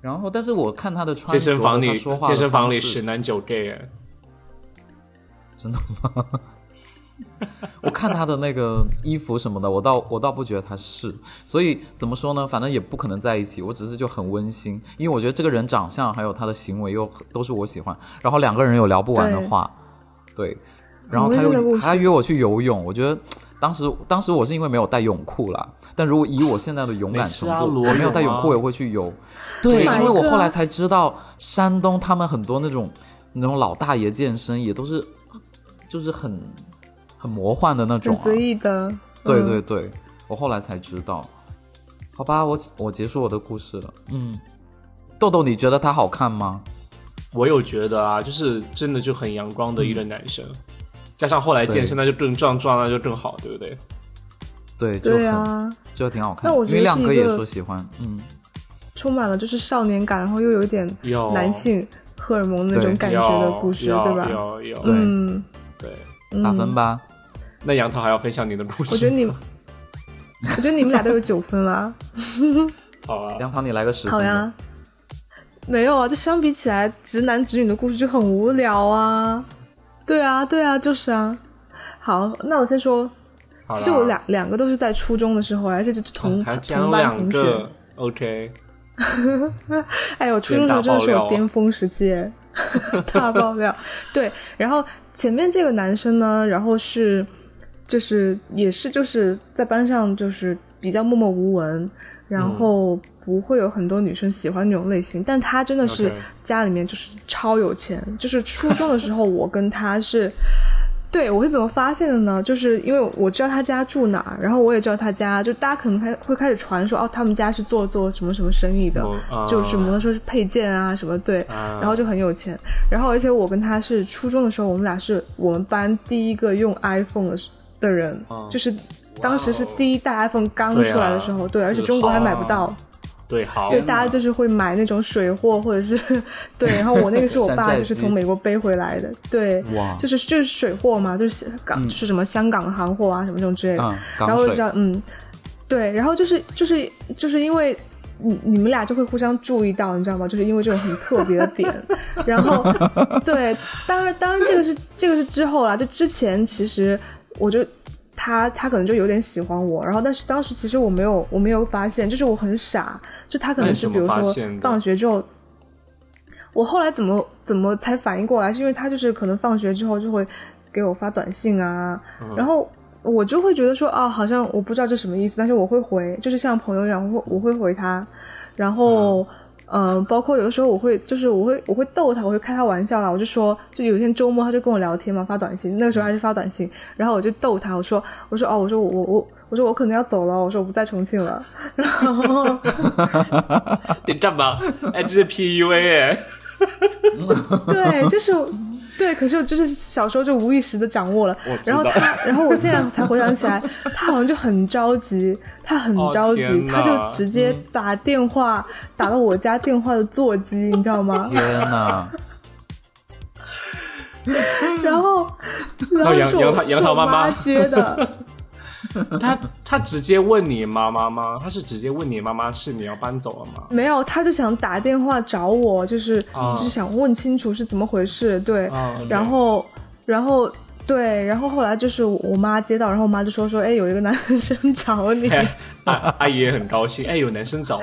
B: 然后但是我看他的穿着，
A: 健身房
B: 他
A: 里
B: 说话的
A: 健身房
B: 方
A: 里
B: 式
A: 十男九 gay，哎
B: 真的吗？我看他的那个衣服什么的，我倒我倒不觉得他是，所以怎么说呢？反正也不可能在一起，我只是就很温馨，因为我觉得这个人长相还有他的行为又很都是我喜欢，然后两个人有聊不完的话，对，然后他
C: 我也觉得
B: 又
C: 我是
B: 他约我去游泳，我觉得当时当时我是因为没有带泳裤啦，但如果以我现在的勇敢
A: 没事
B: 程
A: 啊
B: 度，
A: 裸
B: 我没有带
A: 泳
B: 泳
A: 啊
B: 裤我也会去游，对，
C: Oh my
B: 因为我后来
C: God
B: 才知道山东他们很多那种那种老大爷健身也都是就是很很魔幻的那种、
C: 很
B: 啊，
C: 随意的，
B: 对
C: 嗯
B: 对对，我后来才知道。好吧，我我结束我的故事了。嗯，豆豆，你觉得他好看吗？
A: 我有觉得啊，就是真的就很阳光的一个男生，加上后来健身，那就更壮壮，那就更好，对不对？
B: 对，就
C: 对
B: 很、
C: 啊，
B: 就挺好看。
C: 那我觉
B: 因为
C: 得
B: 亮
C: 是一
B: 哥也
C: 个
B: 说喜欢，嗯，
C: 充满了就是少年感，然后又有一点
A: 有
C: 男性荷尔蒙那
B: 对
C: 种感觉的故事，
A: 有
C: 对吧？
A: 有有，
B: 对
C: 嗯，
A: 对。
C: 嗯
B: 打分吧。
A: 那杨桃还要分享你的故事？
C: 我觉 得你，我觉得你们俩都有九分啦。
A: 好啊，
B: 杨桃，你来个十分
C: 好
B: 的。
C: 呀，没有啊，就相比起来，直男直女的故事就很无聊啊。对啊，对啊，就是啊。好，那我先说，
A: 好啦啊嗯
C: 其实我两两个都是在初中的时候，而且就是同
A: 还
C: 同
A: 讲
C: 班
A: 两
C: 同学
A: 个。OK，
C: 哎呦，初中的时候真
A: 啊
C: 的是我巅峰时期， 大爆料。对，然后前面这个男生呢，然后是就是也是就是在班上就是比较默默无闻，然
A: 嗯
C: 后不会有很多女生喜欢那种类型，但他真的是
A: OK
C: 家里面就是超有钱， 就是初中的时候我跟他是。对，我是怎么发现的呢？就是因为我知道他家住哪儿，然后我也知道他家，就大家可能开会开始传说哦，他们家是做做什么什么生意的，
A: 我啊
C: 就是摩托车配件啊什么，对，
A: 啊
C: 然后就很有钱。然后而且我跟他是初中的时候，我们俩是我们班第一个用 iPhone 的的人，就是当时是第一代 iPhone 刚出来的时候，对，而且中国还买不到，
A: 对，好，
C: 对，大家就是会买那种水货，或者是 对，然后我那个是我
B: 山
C: 爸
B: 寨
C: 就是
B: 机
C: 从美国背回来的，对，
B: 哇
C: 就是就是水货嘛，就是港、就是什么香港行货啊什么这种之类的，
B: 嗯，
C: 然
B: 港
C: 后就
B: 水
C: 知道嗯，对，然后就是就是就是因为。你你们俩就会互相注意到，你知道吗？就是因为这种很特别的 点，然后对，当然当然这个是这个是之后啦，就之前其实我就他他可能就有点喜欢我，然后但是当时其实我没有我没有发现，就是我很傻，就他可能是
A: 那你怎么
C: 比如
A: 发
C: 说
A: 现的
C: 放学之后，我后来怎么怎么才反应过来，是因为他就是可能放学之后就会给我发短信啊，
A: 嗯
C: 然后我就会觉得说啊，好像我不知道这什么意思，但是我会回，就是像朋友一样，我会我会回他，然后。嗯，包括有的时候我会，就是我会我会逗他，我会开他玩笑啊啦。我就说，就有一天周末他就跟我聊天嘛，发短信，那个时候还是发短信，然后我就逗他，我说我说哦，我说我我我我说我可能要走了，我说我不在重庆了，然后
A: 点赞吧，哎，这是 PUA 哎，
C: 对，就是 对，可是我就是小时候就无意识的掌握了
A: 我，知
C: 然后
A: 道
C: 他，然后我现在才回想起来，他好像就很着急，他很
A: 哦
C: 着急，
A: 天
C: 他
A: 哪嗯
C: 就直接打电话、打到我家电话的座机，你知 道吗？
B: 天哪！
C: 然后，然后
A: 杨
C: 是
A: 杨
C: 我
A: 桃杨
C: 是
A: 桃
C: 我
A: 妈妈
C: 妈接的，
A: 他他直接问你妈妈吗？他是直接问你妈妈是你要搬走了吗？
C: 没有，他就想打电话找我，就是、
A: 啊
C: 就是想问清楚是怎么回事，对，
A: 啊，OK
C: 然后然后对，然后后来就是我妈接到，然后我妈就说说，哎，有一个男生找你，
A: 哎 阿阿姨也很高兴，哎，有男生找我，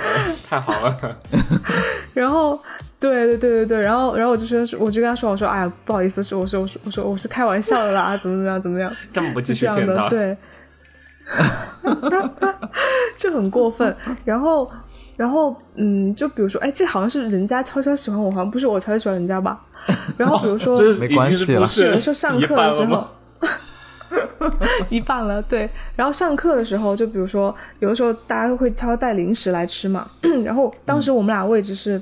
A: 太好了。
C: 然后对对对对对，然后然后我就说，我就跟他说，我说，哎呀，不好意思，是我说我说我说我是开玩笑的啦，怎么怎么样怎么样，
A: 干嘛不继
C: 是
A: 续
C: 这样
A: 骗他？
C: 的，对，就很过分。然后，然后，嗯，就比如说，哎，这好像是人家悄悄喜欢我，好像不是我悄悄喜欢人家吧？然后比如说，
A: 哦这是
B: 没
A: 已经
B: 关系
A: 是
B: 啦
A: 不是
C: 有的时候上
A: 一
C: 课
A: 半
C: 的
A: 了
C: 时候
A: 吗？，
C: 一半了，对。然后上课的时候，就比如说，有的时候大家会悄悄带零食来吃嘛。 然后当时我们俩位置是，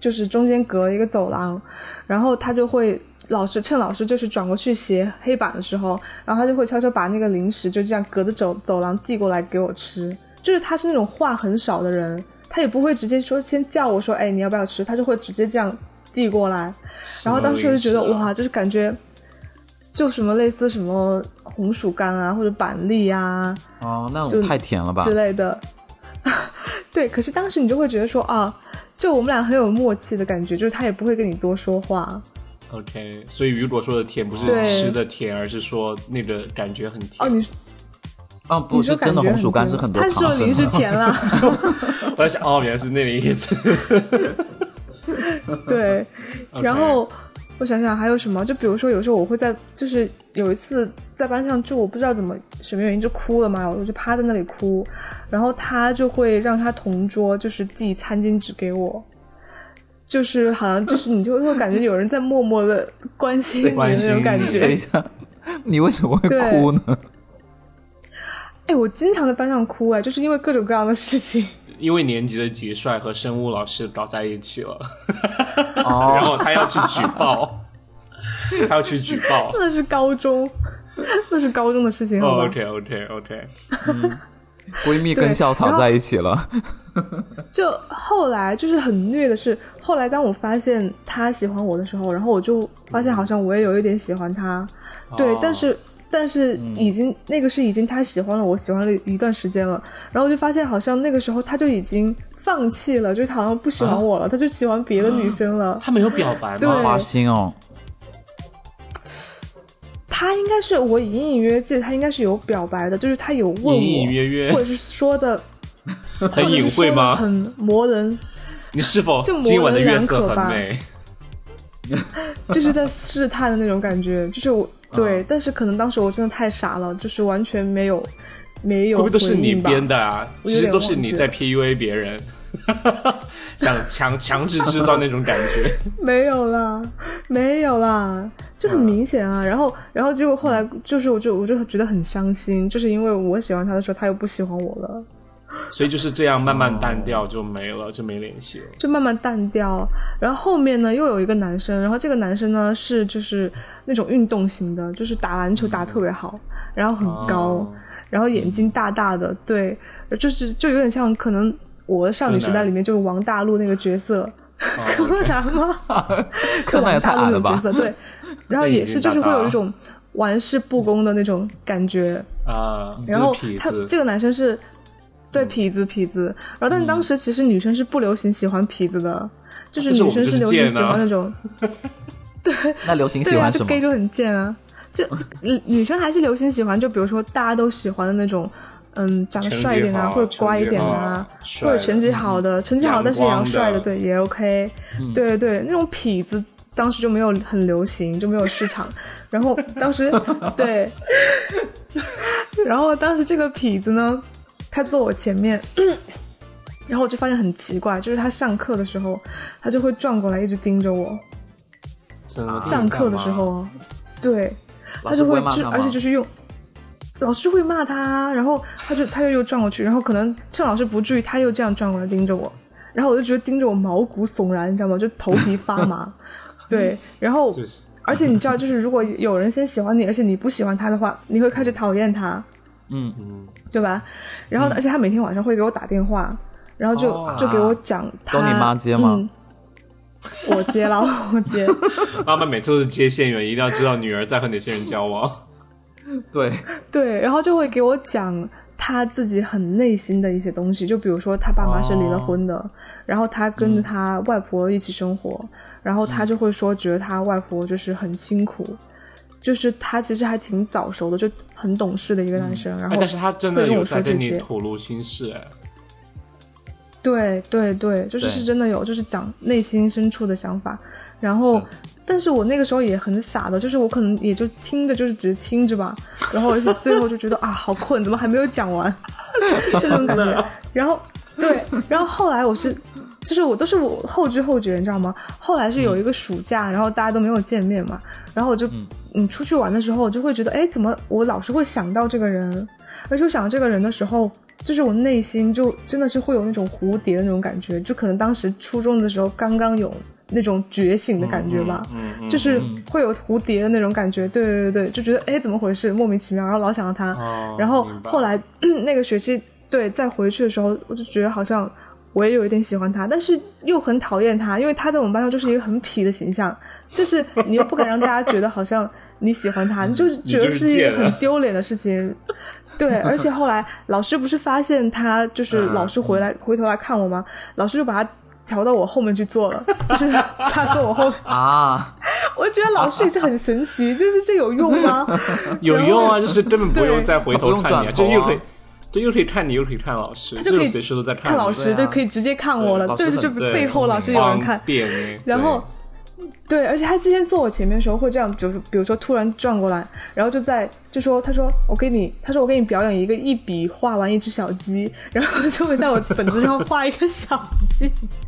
C: 就是中间隔了一个走廊，然后他就会。老师趁老师就是转过去写黑板的时候，然后他就会悄悄把那个零食就这样隔着走走廊递过来给我吃。就是他是那种话很少的人，他也不会直接说先叫我说，哎，你要不要吃？他就会直接这样递过来。然后当时我就觉得
A: 什么意思啊
C: 哇，就是感觉就什么类似什么红薯干啊，或者板栗啊
B: 哦，那
C: 就
B: 种太甜了吧
C: 之？类的。 对，可是当时你就会觉得说啊，就我们俩很有默契的感觉，就是他也不会跟你多说话。
A: OK，所以雨果说的甜不是
C: 对
A: 吃的甜，而是说那个感觉很甜。
C: 哦，你
B: 啊，
C: 你
B: 不
C: 说
B: 是
C: 感
B: 真
C: 觉
B: 的
C: 很
B: 红薯干
C: 甜
B: 是很多
C: 他
B: 糖啊
C: 说
B: 分
C: 零食
B: 的。
C: 甜啦。
A: 我在想，哦，原来是那个意思。
C: 对
A: OK
C: 然后我想想还有什么，就比如说有时候我会在，就是有一次在班上就我不知道怎么什么原因就哭了嘛，我就趴在那里哭，然后他就会让他同桌就是递餐巾纸给我。就是好像就是你就会感觉有人在默默的关心你的
A: 关
C: 那
A: 心哎
C: 种感
A: 你
B: 等一
C: 觉。
B: 下，你为什么会
C: 对
B: 哭呢？
C: 哎，我经常在班上哭哎，就是因为各种各样的事情。
A: 因为年级的杰帅和生物老师搞在一起了，然
B: 哦，
A: 后他要去举报，他要去举报。哦
C: 那是高中， 那是高中的事情好吧？
A: OK OK OK，
B: 闺蜜跟
C: 对
B: 校
C: 然
B: 草
C: 后
B: 在一起了。
C: 就后来就是很虐的是，后来当我发现他喜欢我的时候，然后我就发现好像我也有一点喜欢他，对
A: 哦，
C: 但是但是已经、那个是已经他喜欢了我，喜欢了一段时间了，然后我就发现好像那个时候他就已经放弃了，就是他好像不喜欢我
A: 啊
C: 了，他就喜欢别的女生了。
A: 他没有表白
C: 对
A: 吗？
B: 花心哦，
C: 他应该是我隐隐约约记得他应该是有表白的，就是他有问我，
A: 隐隐约约
C: 或者是说的
A: 很隐晦
C: 或者是说得
A: 吗？
C: 很磨人，
A: 你是否
C: 就模棱
A: 今晚的月色
C: 两可吧
A: 很美？
C: 就是在试探的那种感觉，就是我
A: 啊
C: 对，但是可能当时我真的太傻了，就是完全没有没有
A: 会不会都是
C: 回
A: 你
C: 应吧
A: 编？的啊？
C: 我
A: 其
C: 有点
A: 实都是你
C: 忘记
A: 在 PUA 别人， 想强强制制造那种感 觉。
C: 没有啦，没有啦，就很明显啊。然后，然后结果后来就是，我就我就觉得很伤心，就是因为我喜欢他的时候，他又不喜欢我了，
A: 所以就是这样慢慢淡掉就没了，就没联系了。
C: 就慢慢淡掉。然后后面呢，又有一个男生，然后这个男生呢是就是那种运动型的，就是打篮球打得特别好，然后很高。
A: 哦
C: 然后眼睛大大的，对，就是就有点像可能我的少女时代里面就是王大陆那个角色，
A: 哦
C: 柯南吗？
B: 柯南也太
C: 王大陆
B: 矮
C: 那
B: 了
C: 种角
B: 吧？
C: 色，对，然后也是就是会有一种玩世不恭的那种感觉。
A: 啊，
C: 然后
A: 就是
C: 他
A: 痞子
C: 这个男生是对痞子痞子，然后但是当时其实女生是不流行喜欢痞子的，就是女生是流行喜欢那种，
B: 那流行喜
C: 对啊，
B: 欢
C: 就
B: 什
C: gay
B: 么？
C: 就很贱啊，就女女生还是流行喜欢，就比如说大家都喜欢的那种，嗯，长得
A: 成
C: 帅一
A: 绩
C: 点啊，
A: 好
C: 或者乖一点
A: 成
C: 啊
A: 绩，好
C: 或者成绩好的，成绩好但是也要帅
A: 嗯阳光的嗯
C: 对，也 OK，对对对，那种痞子。当时就没有很流行，就没有市场。然后 当时对，然后当时这个痞子呢，他坐我前面，然后我就发现很奇怪，就是他上课的时候，他就会转过来一直盯着我。
A: 真的
C: 上课的时候，哦，对，
B: 老
C: 他
B: 师
C: 就
B: 不
C: 会
B: 会骂
C: 就
B: 他
C: 而且
B: 吗
C: 就？是用，老师会骂他，然后他就他就又转过去，然后可能趁老师不注意，他又这样转过来盯着我，然后我就觉得盯着我毛骨悚然，你知道吗？就头皮发 麻。对，然后
A: 就是
C: 而且你知道，就是如果有人先喜欢你，而且你不喜欢他的话，你会开始讨厌他，
B: 嗯，
A: 嗯，
C: 对吧？然后，而且他每天晚上会给我打电话，然后就、
B: 哦
C: 就给我讲他。
B: 都你妈接吗
C: 嗯我接了，我接。
A: 妈妈每次都是接线员，一定要知道女儿在和哪些人交往。
B: 对，
C: 对，然后就会给我讲他自己很内心的一些东西，就比如说他爸妈是离了婚的，
A: 哦
C: 然后他跟着他外婆一起生活，
A: 嗯
C: 然后他就会说觉得他外婆就是很辛苦，就是他其实还挺早熟的，就很懂事的一个男生，然
A: 哎
C: 后，
A: 但是他真的
C: 会跟
A: 有
C: 我
A: 在
C: 说这
A: 跟你
C: 些，
A: 吐露心事，哎，
C: 对对对，就是
B: 对
C: 是真的有，就是讲内心深处的想法。然后
A: 是，
C: 但是我那个时候也很傻的，就是我可能也就听着，就是只是听着吧。然后，而且最后就觉得啊，好困，怎么还没有讲 完？这种感觉。然后，对，然后后来我是，就是我都是我后知后觉，你知道吗？后来是
A: 嗯
C: 有一个暑假，然后大家都没有见面嘛，然后我就嗯出去玩的时候，我就会觉得，哎，怎么我老是会想到这个人？而且我想到这个人的时候，就是我内心就真的是会有那种蝴蝶的那种感觉，就可能当时初中的时候刚刚有那种觉醒的感觉吧。
A: 嗯嗯，
C: 就是会有蝴蝶的那种感觉，对对对对，就觉得哎怎么回事，莫名其妙，然后老想到他，
A: 哦
C: 然后
A: 明白
C: 后来 那个学期对再回去的时候，我就觉得好像我也有一点喜欢他，但是又很讨厌他，因为他在我们班上就是一个很痞的形象，就是你又不敢让大家觉得好像你喜欢
A: 嗯
C: 他，你就是觉得是一个很丢脸的事情。对，而且后来老师不是发现他，就是
A: 嗯
C: 老师回来、回头来看我吗？老师就把他调到我后面去坐了，就是他坐我后面。
B: 啊，
C: 我觉得老师也是很神奇，就是这有用吗？
A: 有用啊，就是根本不
C: 对
A: 用再回
B: 不
A: 头
B: 用
A: 看你，
B: 转
A: 就
B: 头
A: 又
B: 啊
A: 可以，就又可以看你，又可以看老师，
C: 他就
A: 就
C: 可
A: 是
C: 以
A: 随时都在
C: 看老
A: 你
C: 师
B: 对
C: 就
B: 啊
C: 可以直接看我了，
B: 老师
C: 对，
B: 很
C: 就
B: 对
C: 背后老师有人看
A: 方，便哎
C: 然后对，而且他之前坐我前面的时候会这样，就是比如说突然转过来，然后就在就说他说我给你，他说我给你表演一个一笔画完一只小鸡，然后就会在我本子上画一个小鸡，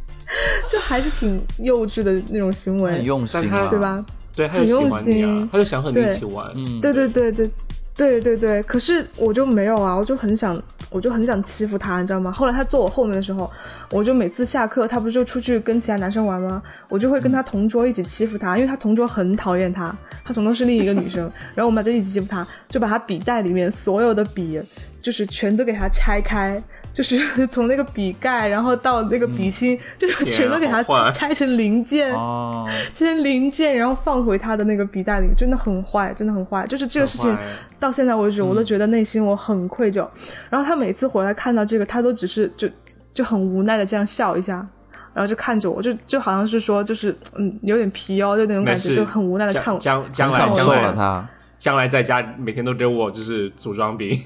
C: 就还是挺幼稚的那种行
B: 很
C: 为，
B: 用心
A: 但他
B: 啊，
C: 对？吧？
A: 对，对他就
C: 很
A: 喜
C: 用
A: 欢你啊
C: 心，
A: 他就想和你一
C: 对
A: 起玩，
B: 嗯，
C: 对对对对对对对，可是我就没有啊，我就很想，我就很想欺负他，你知道吗？后来他坐我后面的时候，我就每次下课，他不是就出去跟其他男生玩吗？我就会跟他同桌一起欺负他，因为他同桌很讨厌他，他同桌是另一个女生，然后我们俩就一起欺负他，就把他笔袋里面所有的笔，就是全都给他拆开。就是 从那个笔盖，然后到那个笔芯，就是
A: 天啊
C: 全都给他
A: 好坏
C: 拆成零件，
B: 哦，
C: 这些零件，然后放回他的那个笔袋里，真的很坏，真的很坏。就是这个事情
A: 很坏
C: 到现在为止，我都觉得内心我很愧疚。然后他每次回来看到这个，他都只是就就很无奈的这样笑一下，然后就看着我，就就好像是说就是嗯有点皮哦，就那种
A: 没
C: 感觉，
A: 事，
C: 就很无奈的
A: 将
C: 看我。
A: 将将来
B: 享
A: 将
B: 受了
A: 来
B: 他，
A: 将来在家每天都给我就是组装饼，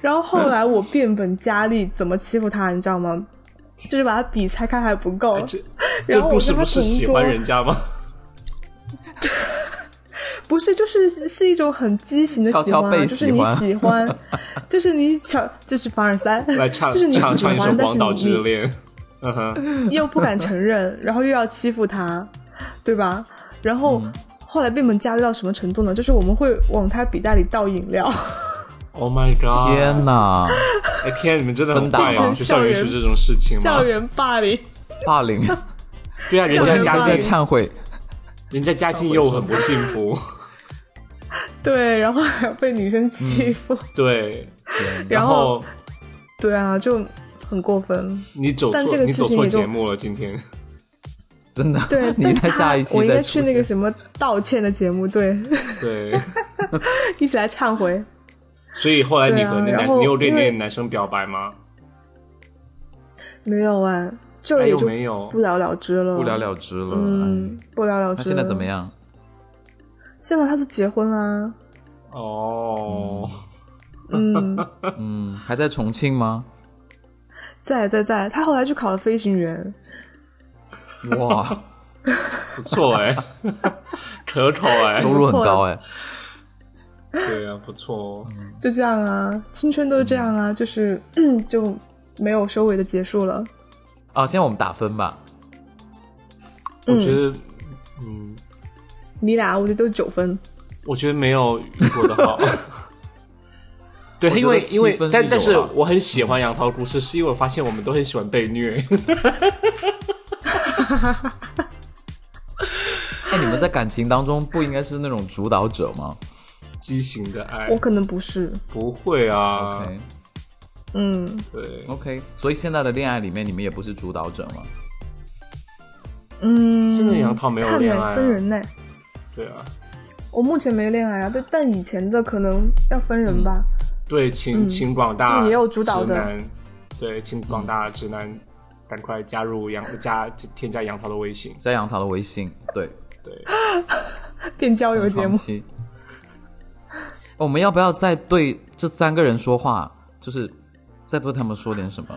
C: 然后后来我变本加厉怎么欺负他，你知道吗？就是把他笔拆开还不 够，
A: 这
C: 哦然
A: 这
C: 后
A: 不
C: 我
A: 是
C: 跟他
A: 不是
C: 同
A: 喜
C: 桌
A: 欢人家 吗？
C: 不是，就是是一种很畸形的
B: 悄
C: 喜欢啊，
B: 悄被
C: 就是
B: 喜
C: 你
B: 欢
C: 喜欢， 就是你巧，就是凡尔赛，
A: 来唱
C: 就是你
A: 唱
C: 喜
A: 唱一首
C: 欢，
A: 《
C: 但
A: 广岛
C: 是
A: 之
C: 你
A: 恋》，嗯哼，
C: 又不敢承认， 然后又要欺负他，对吧？然后、
B: 嗯
C: 后来变本加厉到什么程度呢？就是我们会往他笔袋里倒饮料，
A: ，Oh my God，
B: 天哪，
A: 哎天，你们真的很
B: 分档
A: 坏啊！
B: 吗
A: 就校园
C: 校
A: 出
C: 园
A: 这种事情吗
C: 校？园霸凌。
B: 霸 凌，
A: 对啊，人
C: 校
A: 家
C: 园
A: 家
C: 霸
B: 在
C: 凌
A: 境，
B: 忏悔，
A: 人家家境又很不幸福，
B: 嗯
C: 对，然后还要被女生欺负，
A: 对，
C: 然
A: 后
C: 对啊，就很过分。
A: 你走
C: 但这
A: 错，
C: 个
A: 你
C: 事
A: 走
C: 情
A: 错
C: 也就
A: 节目了，今天。
B: 真的。，
C: 对
B: 你
C: 但是
B: 在下
C: 他
B: 一期
C: 我应
B: 再
C: 该去
B: 出
C: 那个
B: 现
C: 什么道歉的节目，对，
A: 对，
C: 一起来忏悔。
A: 所以后来你和那
C: 对啊
A: 男，
C: 然后
A: 你有对
C: 因
A: 那
C: 为
A: 个男生表白吗？
C: 没有啊，就
A: 还
C: 也
A: 有
C: 就
A: 没有
C: 不？了了之了，
B: 不了了之了。
C: 嗯
B: 哎，
C: 不了了之。
B: 那现在怎么？样？
C: 现在他都结 婚啦，
A: 哦，
C: 嗯，
B: 嗯，还在重庆 吗？
C: 在在在，他后来去考了飞行员，
B: 哇，
A: 不错哎，可口哎
B: 收，入很高
C: 啊
B: 哎。
A: 对啊，不错哦。
C: 就这样啊，青春都是这样啊，就是、 嗯、就没有收尾的结束了。
B: 啊，现在我们打分吧。
A: 我
C: 嗯
A: 觉得，嗯，
C: 你俩我觉得都是九分，
A: 我觉得没有雨果的 好。对
B: 我觉，得
A: 因为
B: 七
A: 因为
B: 分是
A: 但
B: 有
A: 但是
B: 了
A: 我很喜欢杨桃故事，是因为我发现我们都很喜欢被虐。
B: 哎，你们在感情当中不应该是那种主导者吗
A: 畸形的爱
C: 我，可能不是，
A: 不会啊，
B: ？OK
C: 嗯
A: 对，
B: 哎 OK，所以现在的恋爱里面，你们也不是主导者吗？
C: 嗯。
A: 现在杨桃没有
C: 看
A: 恋
C: 人
A: 爱啊
C: 分人呢，
A: 对啊，
C: 我目前没恋爱啊，对，但以前的可能要分人吧。
A: 对，请请广大
C: 就嗯也有主导
A: 直
C: 的
A: 男，对，请广大直男赶快加入杨加添加杨桃的微信，
B: 在杨桃的微信，对，
A: 对，
B: 嗯
C: 变交友节
B: 长
C: 目，
B: 期。 哦我们要不要再对这三个人说话？就是再对他们说点什么？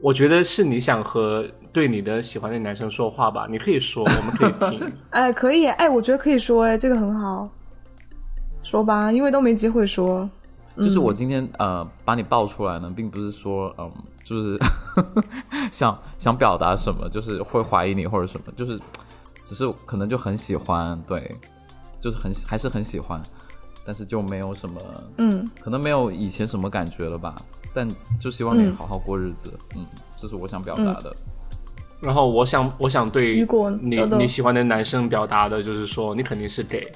A: 我觉得是你想和对你的喜欢的男生说话吧，你可以说，我们可以 听。
C: 哎，可以，哎，我觉得可以说，哎，这个很好，说吧，因为都没机会说，
B: 就是我今天呃把你爆出来呢，并不是说嗯，就是 想想表达什么，就是会怀疑你或者什么，就是只是可能就很喜欢，对，就是很还是很喜欢，但是就没有什么，
C: 嗯，
B: 可能没有以前什么感觉了吧。但就希望你好好过日子，嗯，这是我想表达的。
A: 然后我想，我想对
C: 雨果
A: 你
C: 豆豆
A: 你喜欢的男生表达的就是说，你肯定是 gay。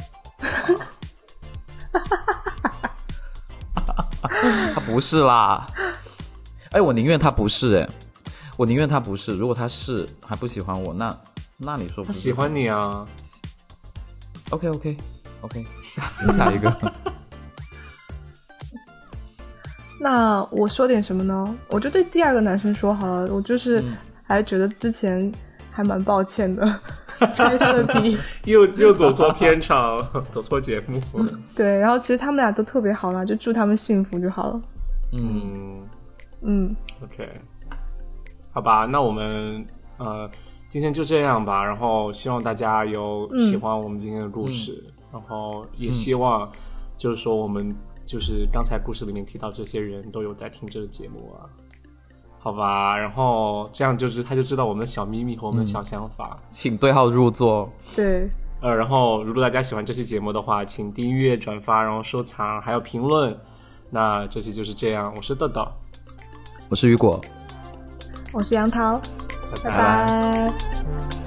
B: 他不是啦，哎，我宁愿他不是、哎，我宁愿他不是。如果他是还不喜欢我，那那你说不
A: 他
B: 是
A: 喜欢你啊，
B: OK OK OK，下一 个
C: 那我说点什么呢？我就对第二个男生说好了，我就是
A: 嗯
C: 还是觉得之前还蛮抱歉 的，拆他的底。
A: 又又走 错片场，走错节目。
C: 对，然后其实他们俩都特别好啦，就祝他们幸福就好了。
A: 嗯
C: 嗯，
A: ，OK，好吧，那我们呃今天就这样吧。然后希望大家有喜欢我们今天的故事，然后也希望就是说我们就是刚才故事里面提到这些人都有在听这个节目啊。好吧，然后这样就是他就知道我们的小秘密和我们的小想法。
B: 请对号入座。
C: 对，
A: 呃，然后如果大家喜欢这期节目的话，请订阅、转发，然后收藏，还有评论。那这期就是这样，我是豆豆，
B: 我是雨果，
C: 我是杨桃，
A: 拜
C: 拜拜